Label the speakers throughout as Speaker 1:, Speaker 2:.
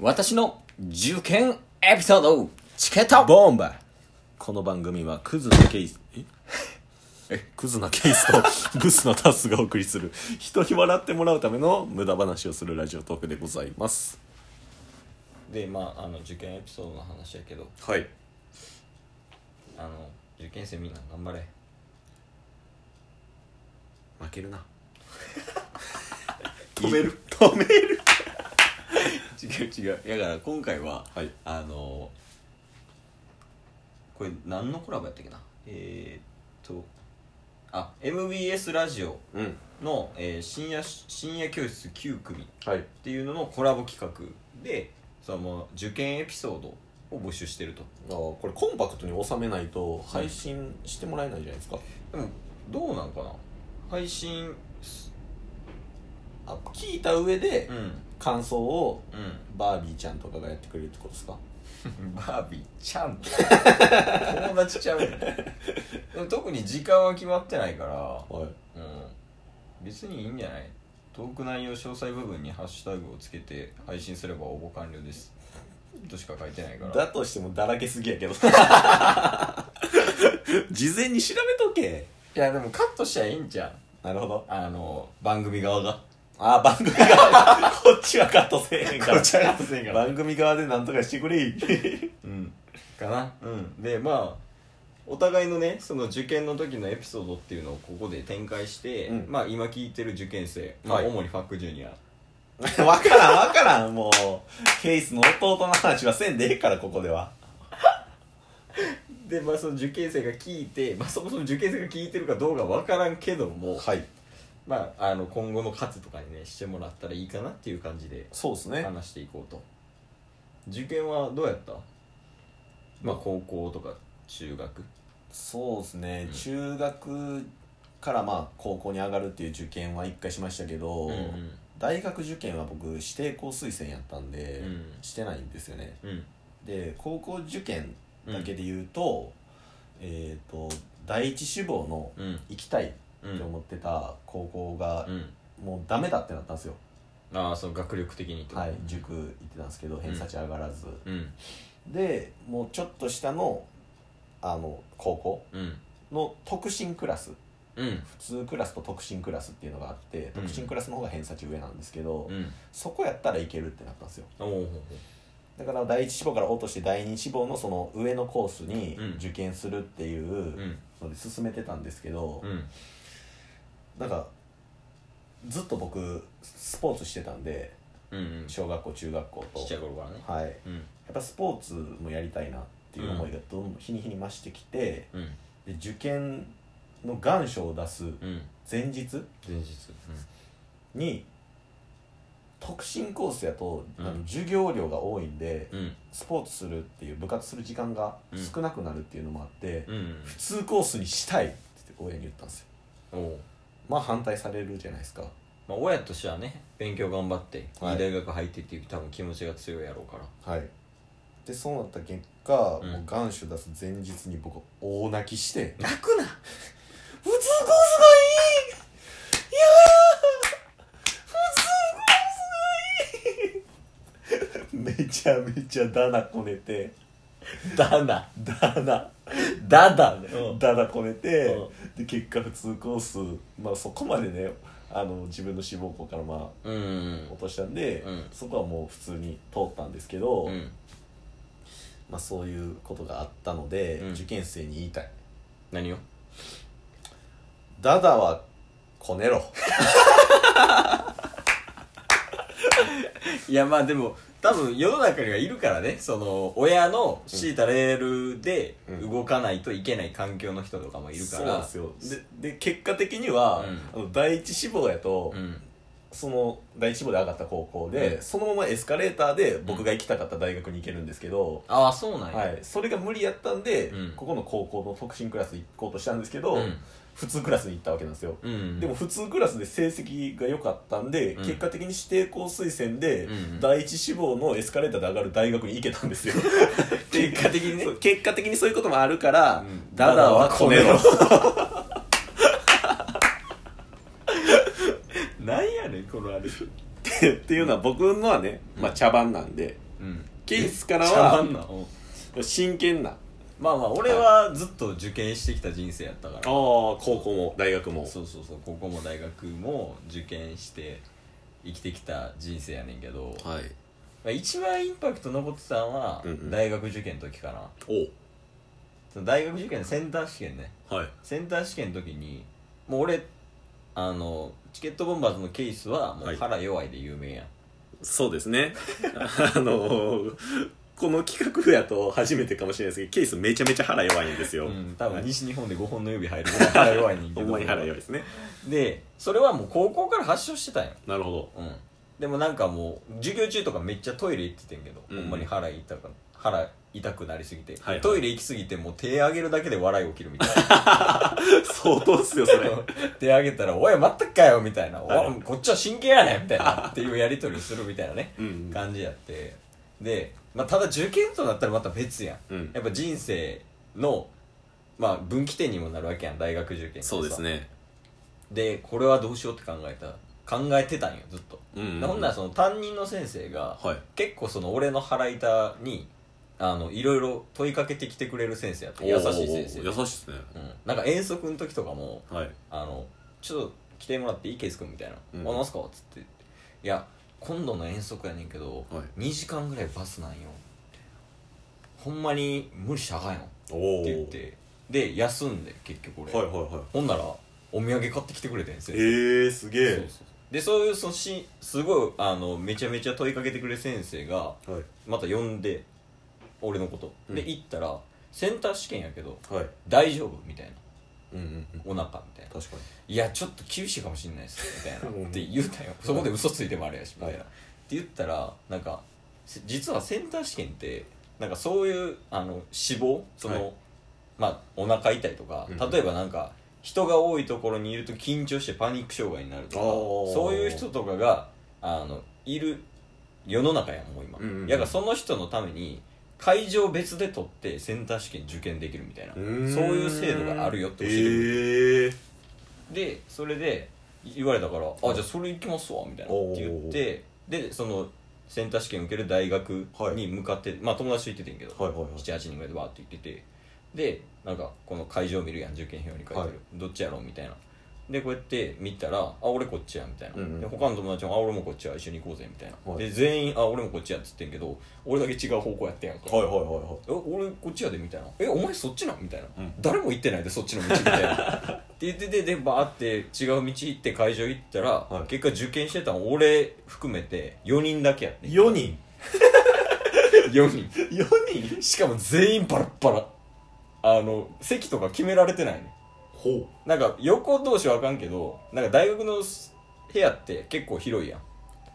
Speaker 1: 私の受験エピソードチケット
Speaker 2: ボンバーこの番組はクズなケースえクズなケースとブスなタスがお送りする人に笑ってもらうための無駄話をするラジオトークでございます
Speaker 3: でまああの受験エピソードの話やけど
Speaker 2: はい
Speaker 3: あの受験生みん な頑張れ
Speaker 2: 負けるな
Speaker 1: 止める
Speaker 2: 止める
Speaker 1: 違う違うだから今回は、
Speaker 2: はい
Speaker 1: あの
Speaker 3: これ何のコラボやったっけなえー、っとあ MBS ラジオ
Speaker 2: うん
Speaker 3: の、えー深夜深夜教室9組っ
Speaker 2: はい
Speaker 3: ていうののコラボ企画でそのもう受験エピソードを募集してると
Speaker 2: あーこれコンパクトに収めないと配信してもらえないじゃないですか、
Speaker 3: でもどうなんかな配信す
Speaker 2: あ聞いた上で
Speaker 3: うん
Speaker 2: 感想を
Speaker 3: う
Speaker 2: バービーちゃんとかがやってくれるってことですか
Speaker 3: んバービーちゃん友達ちゃうねんでも特に時間は決まってないから
Speaker 2: はい
Speaker 3: うん、別にいいんじゃないトーク内容詳細部分にハッシュタグをつけて配信すれば応募完了ですとしか書いてないから
Speaker 2: だとしてもだらけすぎやけ ど事前に調べとけ
Speaker 3: いやでもカットしちゃいいんじゃん
Speaker 2: なるほど
Speaker 3: あの番組側が
Speaker 2: ああ番組側 こっちはカットせえへんから
Speaker 3: がせん
Speaker 2: 番組側でなんとかしてくれ
Speaker 3: うんかなうんでまあお互いのねその受験の時のエピソードっていうのをここで展開して、
Speaker 2: うん
Speaker 3: まあ今聞いてる受験生、まあ、
Speaker 2: はい
Speaker 3: 主にファックジュニア
Speaker 2: わからんわからんもうケイスの弟の話はせんでええからここでは
Speaker 3: でまあその受験生が聞いて、まあ、そもそも受験生が聞いてるかどうかわからんけども
Speaker 2: はい
Speaker 3: まあ、あの今後の活とかにねしてもらったらいいかなっていう感じで
Speaker 2: そうですね
Speaker 3: 話していこうと受験はどうやったまあ高校とか中学
Speaker 2: そうですね、
Speaker 3: うん
Speaker 2: 中学からまあ高校に上がるっていう受験は一回しましたけど、
Speaker 3: うんうん
Speaker 2: 大学受験は僕指定校推薦やったんで、
Speaker 3: うん
Speaker 2: してないんですよね
Speaker 3: うん
Speaker 2: で高校受験だけで言うと、えっ、と第一志望の
Speaker 3: うん
Speaker 2: 行きたいっ
Speaker 3: うん
Speaker 2: て思ってた高校が
Speaker 3: うん
Speaker 2: もうダメだってなったんですよ、
Speaker 3: ああその学力的にってこと
Speaker 2: はい塾行ってたんですけど偏差値上がらず、
Speaker 3: うん
Speaker 2: でもうちょっと下のあの高校
Speaker 3: うん
Speaker 2: の特進クラス
Speaker 3: うん
Speaker 2: 普通クラスと特進クラスっていうのがあって
Speaker 3: うん
Speaker 2: 特進クラスの方が偏差値上なんですけど、
Speaker 3: うん
Speaker 2: そこやったらいけるってなったんですよ
Speaker 3: おお
Speaker 2: だから第一志望から落として第二志望のその上のコースに
Speaker 3: うん
Speaker 2: 受験するっていう、
Speaker 3: うん
Speaker 2: ので進めてたんですけど、
Speaker 3: うん
Speaker 2: なんかずっと僕スポーツしてたんで
Speaker 3: うんうんち
Speaker 2: 小学校中学校と
Speaker 3: っちゃい頃からね
Speaker 2: はい、や
Speaker 3: うん
Speaker 2: っぱスポーツもやりたいなっていう思いがどんどん日に日に増してきて、
Speaker 3: うん
Speaker 2: で受験の願書を出す
Speaker 3: うん
Speaker 2: 前日
Speaker 3: 前日
Speaker 2: に特進コースやと、
Speaker 3: うん
Speaker 2: あの授業量が多いんで、
Speaker 3: うんうん
Speaker 2: スポーツするっていう部活する時間が少なくなるっていうのもあって、
Speaker 3: うん
Speaker 2: 普通コースにしたいって親に言ったんですよ
Speaker 3: おお
Speaker 2: まあ反対されるじゃないですか
Speaker 3: まあ親としてはね勉強頑張っていい
Speaker 2: はい
Speaker 3: 大学入ってっていう多分気持ちが強いやろうから
Speaker 2: はいでそうなった結果、
Speaker 3: うん
Speaker 2: もう願書出す前日に僕大泣きして
Speaker 3: 泣く
Speaker 2: 「
Speaker 3: な
Speaker 2: 普通コースがいい!」いやー普通コースがい いめちゃめちゃダダこねて
Speaker 3: だな
Speaker 2: ダダ
Speaker 3: だだね
Speaker 2: ダダこねて、
Speaker 3: う
Speaker 2: で結果普通コースまあそこまでねあの自分の志望校からまあ
Speaker 3: うん
Speaker 2: 落としたんで、
Speaker 3: うん
Speaker 2: そこはもう普通に通ったんですけど、
Speaker 3: うんうん
Speaker 2: まあ、そういうことがあったので、
Speaker 3: うん
Speaker 2: 受験生に言いたい
Speaker 3: 何を
Speaker 2: ダダはこねろ
Speaker 3: いやまあでも多分世の中にはいるからねその親の強いたレールで
Speaker 2: うん
Speaker 3: 動かないといけない環境の人とかもいるか
Speaker 2: そうなん
Speaker 3: ら
Speaker 2: ですよでで結果的には、
Speaker 3: う
Speaker 2: あの第一志望やと、
Speaker 3: うん
Speaker 2: その第一志望で上がった高校で、
Speaker 3: うん
Speaker 2: そのままエスカレーターで僕が行きたかった大学に行けるんですけど、
Speaker 3: ああそうなんや、
Speaker 2: はい、それが無理やったんで、
Speaker 3: うん
Speaker 2: ここの高校の特進クラス行こうとしたんですけど、
Speaker 3: うん
Speaker 2: 普通クラスに行ったわけなんですよ、
Speaker 3: うん
Speaker 2: でも普通クラスで成績が良かったんで、
Speaker 3: うん
Speaker 2: 結果的に指定校推薦で、
Speaker 3: うん
Speaker 2: 第一志望のエスカレーターで上がる大学に行けたんですよ
Speaker 3: 結果的にね
Speaker 2: そう 結果的にそういうこともあるから、
Speaker 3: うん
Speaker 2: ダダはこねろ
Speaker 3: なんやねんこのあれ
Speaker 2: ってっていうのは僕のはね、まあ、茶番なんで、
Speaker 3: ううん
Speaker 2: ケースから
Speaker 3: 茶
Speaker 2: は
Speaker 3: 番なうん
Speaker 2: 真剣なあ
Speaker 3: まあまあ俺はずっと受験してきた人生やった
Speaker 2: あ
Speaker 3: から
Speaker 2: 高校も大学も
Speaker 3: そうそうそう高校も大学も受験して生きてきた人生やねんけど、ま
Speaker 2: はい
Speaker 3: あ、一番インパクト残ってたのは
Speaker 2: うんうん
Speaker 3: 大学受験の時かな、
Speaker 2: お
Speaker 3: その大学受験のセンター試験ね
Speaker 2: はい
Speaker 3: センター試験の時にもう俺あのチケットボンバーズのケースはも
Speaker 2: は
Speaker 3: う
Speaker 2: い
Speaker 3: 腹弱いで有名やん、
Speaker 2: そうですね あのーこの企画やと初めてかもしれないですけどケースめちゃめちゃ腹弱いんですよ、
Speaker 3: うん、多
Speaker 2: は
Speaker 3: 分
Speaker 2: い
Speaker 3: 西日本で5本の指入るぐらい腹弱いねんけ
Speaker 2: ほ
Speaker 3: ど
Speaker 2: んまに腹弱いですね
Speaker 3: でそれはもう高校から発症してたんよ
Speaker 2: なるほど
Speaker 3: うんでもなんかもう授業中とかめっちゃトイレ行っててんけど、
Speaker 2: うん
Speaker 3: ほんまに腹痛く腹痛くなりすぎて、
Speaker 2: はいはい
Speaker 3: トイレ行きすぎてもう手上げるだけで笑い起きるみたい な
Speaker 2: 相当っすよそ れ
Speaker 3: 手上げたら「おい待ったっかよ」みたい な「
Speaker 2: はい
Speaker 3: おいこっちは真剣やねん」みたいなっていうやり取りするみたいなね、
Speaker 2: うん
Speaker 3: 感じやってで、まあ、ただ受験となったらまた別やん、
Speaker 2: うん
Speaker 3: やっぱ人生の、まあ、分岐点にもなるわけやん大学受験ってさ
Speaker 2: そうですね
Speaker 3: でこれはどうしようって考えた考えてたんよずっと、
Speaker 2: うんうんうん
Speaker 3: でほんならその担任の先生が、
Speaker 2: はい
Speaker 3: 結構その俺の腹板にあのいろいろ問いかけてきてくれる先生やって優しい先生
Speaker 2: おー優しいですね
Speaker 3: うん、なんか遠足の時とかも
Speaker 2: はい
Speaker 3: あのちょっと来てもらっていいケース君みたいな「
Speaker 2: うん
Speaker 3: あなんすか?」っつって「いや今度の遠足やねんけど、
Speaker 2: は
Speaker 3: 2時間ぐらいバスなんよほんまに無理したらあかんよ」
Speaker 2: おお
Speaker 3: って言ってで休んで結局俺、
Speaker 2: はいはいはい
Speaker 3: ほんならお土産買ってきてくれてん先生
Speaker 2: ええー、すげ
Speaker 3: そうそうそうでそういうそのしすごいあのめちゃめちゃ問いかけてくれる先生が
Speaker 2: はい
Speaker 3: また呼んで俺のこと、
Speaker 2: うん
Speaker 3: で行ったらセンター試験やけど
Speaker 2: はい
Speaker 3: 大丈夫みたいな
Speaker 2: うんうんうん
Speaker 3: お腹みたいな
Speaker 2: 確かに
Speaker 3: いやちょっと厳しいかもしんないですみたい
Speaker 2: うん
Speaker 3: なって言うたよそこで嘘ついてもあれやしみたいな、
Speaker 2: はい
Speaker 3: って言ったらなんかせ実はセンター試験ってなんかそういうあの死亡その、
Speaker 2: はい
Speaker 3: まあお腹痛いとか
Speaker 2: うん
Speaker 3: 例えばなんか人が多いところにいると緊張してパニック障害になるとか
Speaker 2: あー
Speaker 3: そういう人とかがあのいる世の中やんもう今、
Speaker 2: うんうんうん
Speaker 3: やからその人のために会場別で取ってセンター試験受験できるみたいなそういう制度があるよって教えてく
Speaker 2: え
Speaker 3: れて
Speaker 2: えー、
Speaker 3: でそれで言われたから「あじゃあそれ行きますわ」みたいな
Speaker 2: おー
Speaker 3: って言ってでそのセンター試験受ける大学
Speaker 2: はい
Speaker 3: に向かって、まあ友達と行っててんけど、
Speaker 2: はいはいはい
Speaker 3: 78人ぐらいでバーって行っててでなんかこの会場見るやん受験票に書いてる、
Speaker 2: はい
Speaker 3: どっちやろうみたいなでこうやって見たら「あ俺こっちや」みたいな、
Speaker 2: うんうん
Speaker 3: で他の友達も「あ俺もこっちや一緒に行こうぜ」みたいな、
Speaker 2: はい
Speaker 3: で全員「あ俺もこっちや」っつってんけど俺だけ違う方向やってんやんか、
Speaker 2: はいはいはいはい
Speaker 3: え俺こっちやでみたいな「えお前そっちなん?」みたいな、
Speaker 2: うん
Speaker 3: 誰も行ってないでそっちの道みたいな って言っててでバーって違う道行って会場行ったら、
Speaker 2: はい
Speaker 3: 結果受験してたの俺含めて4人だけや って
Speaker 2: 4人
Speaker 3: 4人
Speaker 2: 4人
Speaker 3: しかも全員バラッバラあの席とか決められてないね
Speaker 2: ほ
Speaker 3: なんか横同士はあかんけどなんか大学の部屋って結構広いやん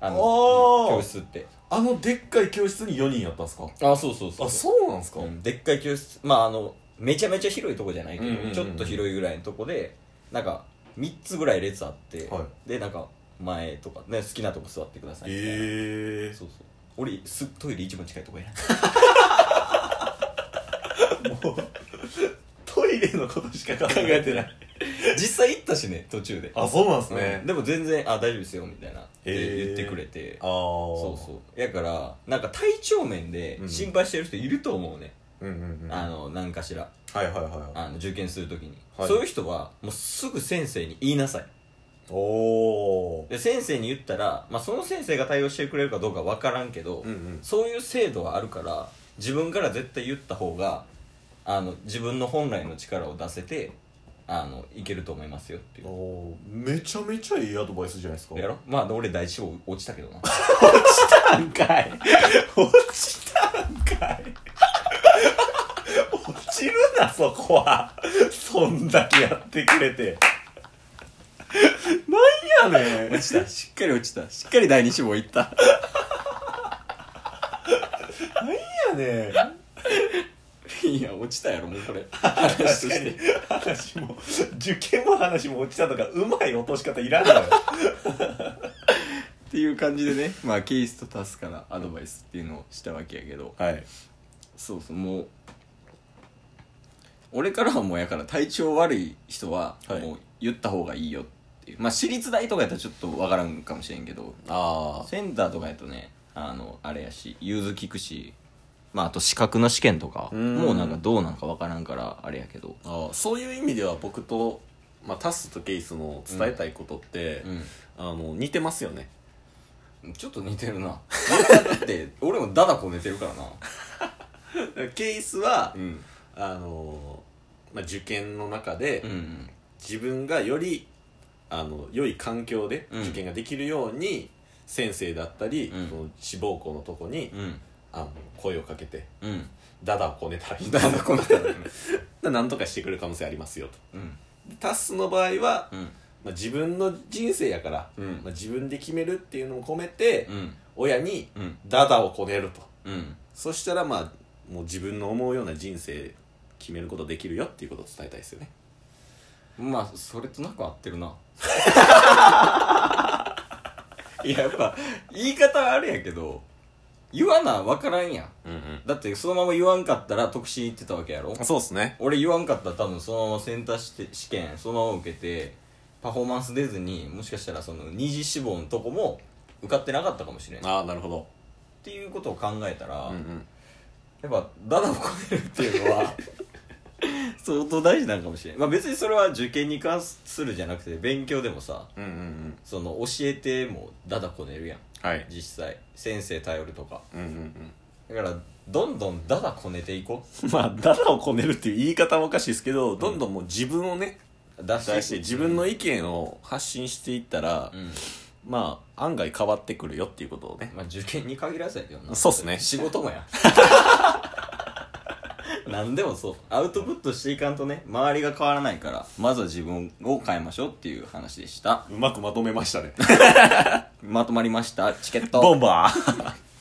Speaker 3: あの
Speaker 2: おー
Speaker 3: 教室って
Speaker 2: うあのでっかい教室に4人やったんすか
Speaker 3: あそうそうそう
Speaker 2: あそうなんすか、
Speaker 3: うんでっかい教室まああのめちゃめちゃ広いとこじゃないけど、
Speaker 2: うんうんうん
Speaker 3: ちょっと広いぐらいのとこでなんか3つぐらい列あって、
Speaker 2: は
Speaker 3: でなんか前とかね好きなとこ座ってくださいみたいな
Speaker 2: ええ
Speaker 3: そうそう俺すトイレ一番近いとこや な
Speaker 2: トイレのことしか考えてない
Speaker 3: 実際行ったしね途中で
Speaker 2: あそうなんす
Speaker 3: う
Speaker 2: ね
Speaker 3: ん、でも全然「あ大丈夫ですよ」みたいなって
Speaker 2: へー
Speaker 3: 言ってくれて、
Speaker 2: ああ
Speaker 3: そうそうやからなんか体調面で
Speaker 2: うん
Speaker 3: 心配してる人いると思うね、
Speaker 2: ううんうんうん
Speaker 3: あ
Speaker 2: はい
Speaker 3: の何かしら
Speaker 2: はいはいはい
Speaker 3: あの受験するときに、
Speaker 2: はい
Speaker 3: そういう人はもうすぐ先生に言いなさい
Speaker 2: おお
Speaker 3: で先生に言ったら、まあ、その先生が対応してくれるかどうか分からんけど、
Speaker 2: うんうん
Speaker 3: そういう制度はあるから自分から絶対言った方があの自分の本来の力を出せてあのいけると思いますよっていう
Speaker 2: おーめちゃめちゃいいアドバイスじゃないですか
Speaker 3: やろまあ俺第一志望落ちたけどな
Speaker 2: なんかい落ちたんかい落ちるなそこはそんだけやってくれてなんやねん
Speaker 3: ちたしっかり落ちたしっかり第二志望いった
Speaker 2: なんやねん
Speaker 3: いや落ちたやろもうこれ
Speaker 2: 確かに話も受験も話も落ちたとかうまい落とし方いらんのよ
Speaker 3: っていう感じでねまあケースとタスからアドバイスっていうのをしたわけやけど
Speaker 2: はい
Speaker 3: そうそうもう俺からはもうやから体調悪い人は
Speaker 2: はい
Speaker 3: もう言った方がいいよっていう、まあ私立大とかやったらちょっとわからんかもしれんけど
Speaker 2: あ
Speaker 3: センターとかやとねあのあれやし融通聞くしまああと資格の試験とか
Speaker 2: ん
Speaker 3: もうなんかどうなんかわからんからあれやけど
Speaker 2: ああそういう意味では僕と、まあ、タスとケイスの伝えたいことって、あの似てますよね
Speaker 3: ちょっと似て るなだって俺もダダこ寝てるからな
Speaker 2: ケイスは、
Speaker 3: うん
Speaker 2: あの、まあ、受験の中で、
Speaker 3: うん
Speaker 2: 自分がよりあの良い環境で
Speaker 3: うん
Speaker 2: 受験ができるように、先生だったり、
Speaker 3: うん
Speaker 2: その志望校のとこに、
Speaker 3: うん
Speaker 2: あの声をかけて
Speaker 3: うん
Speaker 2: ダダをこねたらいい
Speaker 3: ダダこ寝てる
Speaker 2: なんとかしてくれる可能性ありますよと
Speaker 3: うん
Speaker 2: タスの場合は、
Speaker 3: うん
Speaker 2: まあ、自分の人生やから、
Speaker 3: うん
Speaker 2: まあ、自分で決めるっていうのを込めて、
Speaker 3: うん
Speaker 2: 親に
Speaker 3: うん
Speaker 2: ダダをこねると
Speaker 3: うん
Speaker 2: そしたらまあもう自分の思うような人生決めることできるよっていうことを伝えたいですよね
Speaker 3: まあそれとなく合ってる ない
Speaker 2: ややっぱ
Speaker 3: 言い方はあれやけど言わな分からんやん
Speaker 2: うんうん
Speaker 3: だってそのまま言わんかったら特進行ってたわけやろ
Speaker 2: そうですね
Speaker 3: 俺言わんかったら多分そのままセンターして試験そのまま受けてパフォーマンス出ずにもしかしたらその二次志望のとこも受かってなかったかもしれんっ
Speaker 2: ああなるほど
Speaker 3: ていうことを考えたら、
Speaker 2: うんうん
Speaker 3: やっぱダダをこねるっていうのは 相当大事なんかもしれん、まあ、別にそれは受験に関するじゃなくて勉強でもさ
Speaker 2: うんうんうん
Speaker 3: その教えてもダダこねるやん
Speaker 2: はい
Speaker 3: 実際先生頼るとか
Speaker 2: うんうん
Speaker 3: だからどんどんダダこねていこ
Speaker 2: うん まあダダをこねるっていう言い方はおかしいですけど、どんどんもう自分をね
Speaker 3: う出してい
Speaker 2: 出
Speaker 3: く
Speaker 2: して自分の意見を発信していったら、
Speaker 3: うん
Speaker 2: まあ案外変わってくるよっていうことをね
Speaker 3: まあ受験に限らずやけどな
Speaker 2: そうっすね
Speaker 3: 仕事も や何でもそうアウトプットしていかんとね周りが変わらないからまずは自分を変えましょうっていう話でし た
Speaker 2: うまくまとめましたね
Speaker 3: まとまりましたチケット
Speaker 2: ボンバー